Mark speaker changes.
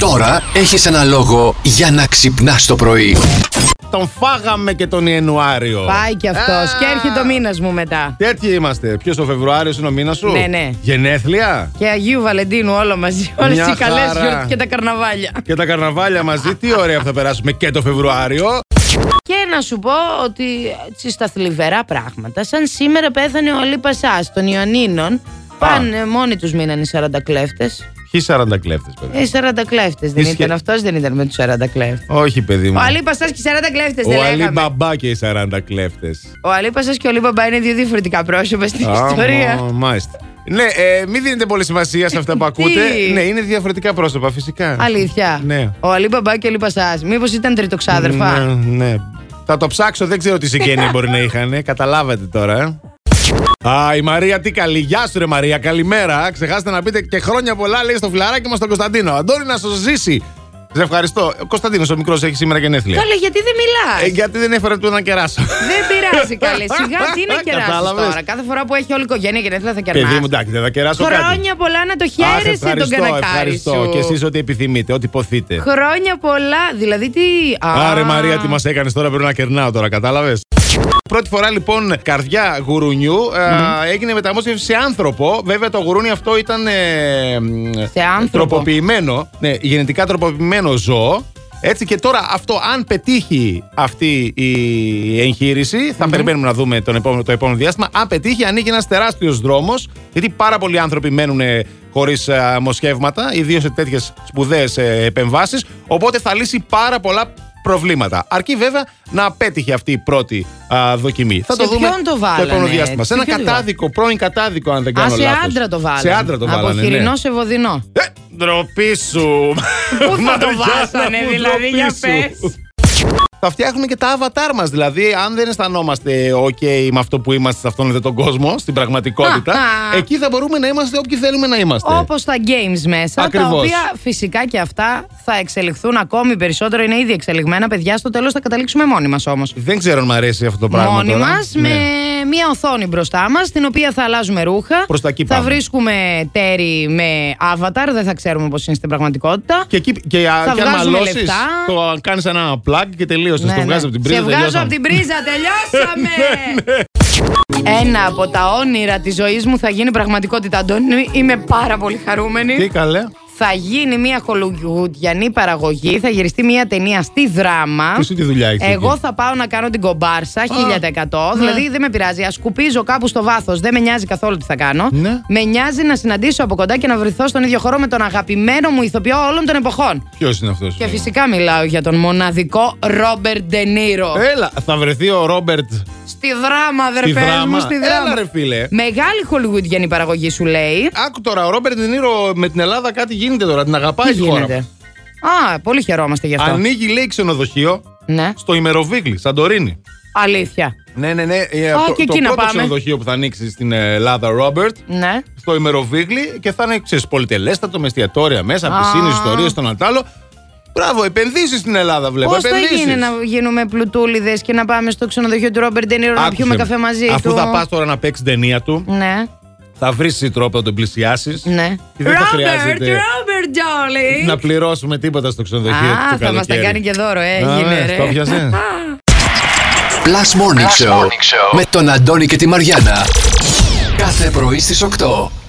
Speaker 1: Τώρα έχεις ένα λόγο για να ξυπνάς το πρωί.
Speaker 2: Τον φάγαμε και τον Ιανουάριο.
Speaker 3: Πάει κι αυτός.
Speaker 2: Α,
Speaker 3: Και έρχεται ο μήνας μου μετά.
Speaker 2: Τέτοιοι είμαστε. Ποιος ο Φεβρουάριος είναι ο μήνας σου.
Speaker 3: Ναι, ναι.
Speaker 2: Γενέθλια.
Speaker 3: Και Αγίου Βαλεντίνου όλο μαζί. Όλε
Speaker 2: Μια
Speaker 3: οι καλέ
Speaker 2: χαρά.
Speaker 3: γιορτέ και τα καρναβάλια.
Speaker 2: Και τα καρναβάλια μαζί. Τι ωραία που θα περάσουμε και το Φεβρουάριο.
Speaker 3: Και να σου πω ότι έτσι, στα θλιβερά πράγματα, σαν σήμερα πέθανε ο Λίπας Σά των Ιωαννίνων. Πάνε μόνοι τους μείναν οι 40 κλέφτε.
Speaker 2: Ποιοι 40 κλέφτες, παιδί.
Speaker 3: Ε, οι 40 κλέφτες δεν
Speaker 2: Ίσχυε.
Speaker 3: ήταν. Αυτός δεν ήταν με τους 40 κλέφτες.
Speaker 2: Όχι, παιδί μου.
Speaker 3: Ο Αλίπας Σά και οι 40 κλέφτε δεν
Speaker 2: Ο Αλή
Speaker 3: λέγαμε.
Speaker 2: Μπαμπά και οι 40 κλέφτες.
Speaker 3: Ο Αλίπας Σά και ο Λίπα Μπα είναι δύο διαφορετικά πρόσωπα στην ιστορία.
Speaker 2: Μάλιστα. Ναι, ε, μην δίνετε πολύ σημασία σε αυτά που ακούτε.
Speaker 3: Τι?
Speaker 2: ναι, είναι διαφορετικά πρόσωπα, φυσικά.
Speaker 3: Αλήθεια.
Speaker 2: Ναι.
Speaker 3: Ο Αλίπα Μπα και ο Λίπα Σάς. Μήπως ήταν τριτοξάδερφα.
Speaker 2: Ναι, ναι. Θα το ψάξω, δεν ξέρω τι συγγένεια μπορεί να είχαν. ε. Καταλάβατε τώρα. ε. Α, η Μαρία τι καλή. Γεια σου, ρε Μαρία. Καλημέρα. Ξεχάσετε να πείτε και χρόνια πολλά, λέει στο φιλαράκι μας τον Κωνσταντίνο. Αντώνη να σας ζήσει. Σε ευχαριστώ. Ο Κωνσταντίνος ο μικρός έχει σήμερα γενέθλια.
Speaker 3: Καλά, γιατί δεν
Speaker 2: Ε,
Speaker 3: μιλά.
Speaker 2: γιατί δεν έφερε του ένα κεράσο.
Speaker 3: Δεν πειράζει καλέ. Σιγά τι είναι κεράσος
Speaker 2: Κατάλαβες.
Speaker 3: τώρα. Κάθε φορά που έχει όλη η οικογένεια γενέθλια θα κερνά.
Speaker 2: Παιδί μου, εντάξει, δεν θα κεράσω κάτι.
Speaker 3: Χρόνια πολλά να το
Speaker 2: Αχ,
Speaker 3: χαίρεσαι τον κανακάρι
Speaker 2: ευχαριστώ.
Speaker 3: σου.
Speaker 2: Και εσείς ό,τι επιθυμείτε, ό,τι ποθείτε.
Speaker 3: Χρόνια πολλά. Δηλαδή τι. Α,
Speaker 2: Άρε Μαρία, τι μας έκανες τώρα, πρέπει να κερνάω τώρα, κατάλαβες. Πρώτη φορά λοιπόν καρδιά γουρουνιού ε, έγινε μεταμόσχευση σε άνθρωπο. Βέβαια το γουρούνι αυτό ήταν ε, μ,
Speaker 3: Σε άνθρωπο.
Speaker 2: τροποποιημένο, ναι, γενετικά τροποποιημένο ζώο. Έτσι και τώρα αυτό αν πετύχει αυτή η εγχείρηση, θα περιμένουμε να δούμε τον επόμενο, το επόμενο διάστημα, αν πετύχει ανοίγει ένας τεράστιος δρόμος, γιατί πάρα πολλοί άνθρωποι μένουν ε, χωρίς ε, μοσχεύματα, ιδίως σε τέτοιες σπουδαίες ε, επεμβάσεις, οπότε θα λύσει πάρα πολλά προβλήματα. Αρκεί βέβαια να πέτυχε αυτή η πρώτη α, δοκιμή. Θα
Speaker 3: Σε
Speaker 2: το δούμε
Speaker 3: ποιον το
Speaker 2: το
Speaker 3: βάλανε,
Speaker 2: επόμενο διάστημα. Σε
Speaker 3: σε
Speaker 2: ένα
Speaker 3: ποιον το
Speaker 2: κατάδικο, πρώην κατάδικο, αν δεν
Speaker 3: Α,
Speaker 2: κάνω
Speaker 3: σε
Speaker 2: λάθος.
Speaker 3: άντρα το βάλανε.
Speaker 2: Σε άντρα το
Speaker 3: Από
Speaker 2: βάλανε.
Speaker 3: χοιρινό
Speaker 2: ναι.
Speaker 3: σε βοδινό.
Speaker 2: Ε, ντροπή σου.
Speaker 3: Πού θα το
Speaker 2: Μαριάννα
Speaker 3: βάσανε,
Speaker 2: μου,
Speaker 3: δηλαδή, για
Speaker 2: ντροπή σου.
Speaker 3: πες.
Speaker 2: Θα φτιάχνουμε και τα avatar μας. Δηλαδή, αν δεν αισθανόμαστε OK με αυτό που είμαστε σε αυτόν εδώ τον κόσμο, στην πραγματικότητα,
Speaker 3: Α, α.
Speaker 2: εκεί θα μπορούμε να είμαστε όποιοι θέλουμε να είμαστε.
Speaker 3: Όπως τα games μέσα, τα
Speaker 2: Ναι. Ακριβώς.
Speaker 3: οποία φυσικά και αυτά θα εξελιχθούν ακόμη περισσότερο. Είναι ήδη εξελιγμένα, παιδιά. Στο τέλος θα καταλήξουμε μόνοι μας όμως.
Speaker 2: Δεν ξέρω αν μου αρέσει αυτό το πράγμα.
Speaker 3: μόνοι
Speaker 2: τώρα.
Speaker 3: μας
Speaker 2: Ναι.
Speaker 3: με μία οθόνη μπροστά μας, την οποία θα αλλάζουμε ρούχα.
Speaker 2: Προς τα εκεί
Speaker 3: θα
Speaker 2: πάμε.
Speaker 3: βρίσκουμε τέρι με avatar, δεν θα ξέρουμε πώς είναι στην πραγματικότητα.
Speaker 2: Και, εκεί, και, α-
Speaker 3: Θα
Speaker 2: και αν
Speaker 3: βγάζουμε
Speaker 2: μαλώσεις,
Speaker 3: λεφτά.
Speaker 2: το κάνεις ένα plug και τελείωσες.
Speaker 3: Ναι,
Speaker 2: το
Speaker 3: ναι.
Speaker 2: βγάζει από την πρίζα.
Speaker 3: Σε βγάζω
Speaker 2: τελειώσαμε. Ναι,
Speaker 3: από την πρίζα, τελειώσαμε! Ένα από τα όνειρα της ζωής μου θα γίνει πραγματικότητα, Αντώνη. Είμαι πάρα πολύ χαρούμενη.
Speaker 2: Τι καλέ.
Speaker 3: Θα γίνει μια χολουγουδιανή παραγωγή, θα γυριστεί μια ταινία στη δράμα.
Speaker 2: Ποιος είναι τη δουλειά έχεις
Speaker 3: Εγώ
Speaker 2: εκεί? ναι.
Speaker 3: θα πάω να κάνω την κομπάρσα 1000%. Δηλαδή δεν με πειράζει. Ας σκουπίζω κάπου στο βάθος, δεν με νοιάζει καθόλου τι θα κάνω.
Speaker 2: Ναι.
Speaker 3: Με νοιάζει να συναντήσω από κοντά και να βρεθώ στον ίδιο χώρο με τον αγαπημένο μου ηθοποιό όλων των εποχών.
Speaker 2: Ποιος είναι αυτός.
Speaker 3: Και φυσικά μιλάω για τον μοναδικό Ρόμπερτ Ντενίρο.
Speaker 2: Έλα, θα βρεθεί ο Ρόμπερτ
Speaker 3: Στη δράμα,
Speaker 2: Ε. στη
Speaker 3: αδερφέ μου,
Speaker 2: δράμα.
Speaker 3: στη
Speaker 2: Έλα,
Speaker 3: δράμα.
Speaker 2: ρε φίλε.
Speaker 3: Μεγάλη χολιγουδιανή παραγωγή σου λέει.
Speaker 2: Άκου τώρα, ο Ρόμπερτ Ντενίρο με την Ελλάδα κάτι γίνεται τώρα. Την αγαπάει
Speaker 3: Τι
Speaker 2: η χώρα.
Speaker 3: γίνεται. Α, πολύ χαιρόμαστε γι' αυτό.
Speaker 2: Ανοίγει, λέει, ξενοδοχείο
Speaker 3: Ναι.
Speaker 2: στο ημεροβίγλι, Σαντορίνη.
Speaker 3: Αλήθεια.
Speaker 2: Ναι, ναι, ναι. ε,
Speaker 3: Α,
Speaker 2: το
Speaker 3: και
Speaker 2: το
Speaker 3: εκεί να
Speaker 2: πρώτο
Speaker 3: πάμε.
Speaker 2: ξενοδοχείο που θα ανοίξει στην ε, Ελλάδα, Ρόμπερτ,
Speaker 3: Ναι.
Speaker 2: στο ημεροβίγλι και θα είναι ξέρεις, πολυτελέστατο με εστιατόρια μέσα,
Speaker 3: Α.
Speaker 2: πισίνες, ιστορίες, τον άλλο. Μπράβο, επενδύσεις στην Ελλάδα, βλέπω.
Speaker 3: Πώς θα
Speaker 2: επενδύσεις.
Speaker 3: γίνει να γίνουμε πλουτούλιδες και να πάμε στο ξενοδοχείο του Ρόμπερτ Ντενίρο να
Speaker 2: Άκουσε
Speaker 3: πιούμε
Speaker 2: με.
Speaker 3: καφέ μαζί
Speaker 2: Αφού
Speaker 3: του.
Speaker 2: θα πας τώρα να παίξεις ταινία του,
Speaker 3: Ναι,
Speaker 2: θα βρεις τρόπο να τον πλησιάσεις.
Speaker 3: ναι.
Speaker 2: Και δεν θα χρειάζεται
Speaker 3: Ρόμπερτ, darling.
Speaker 2: να πληρώσουμε τίποτα στο ξενοδοχείο του. το
Speaker 3: Α, θα μας τα
Speaker 2: καλοκαίρι.
Speaker 3: κάνει και δώρο, ε,
Speaker 2: Α,
Speaker 3: έγινε
Speaker 2: ε,
Speaker 3: ρε.
Speaker 2: το πιάσε.
Speaker 1: Plus Morning, Show, με τον Αντώνη και τη Μαριάνα. Κάθε πρωί στις 8.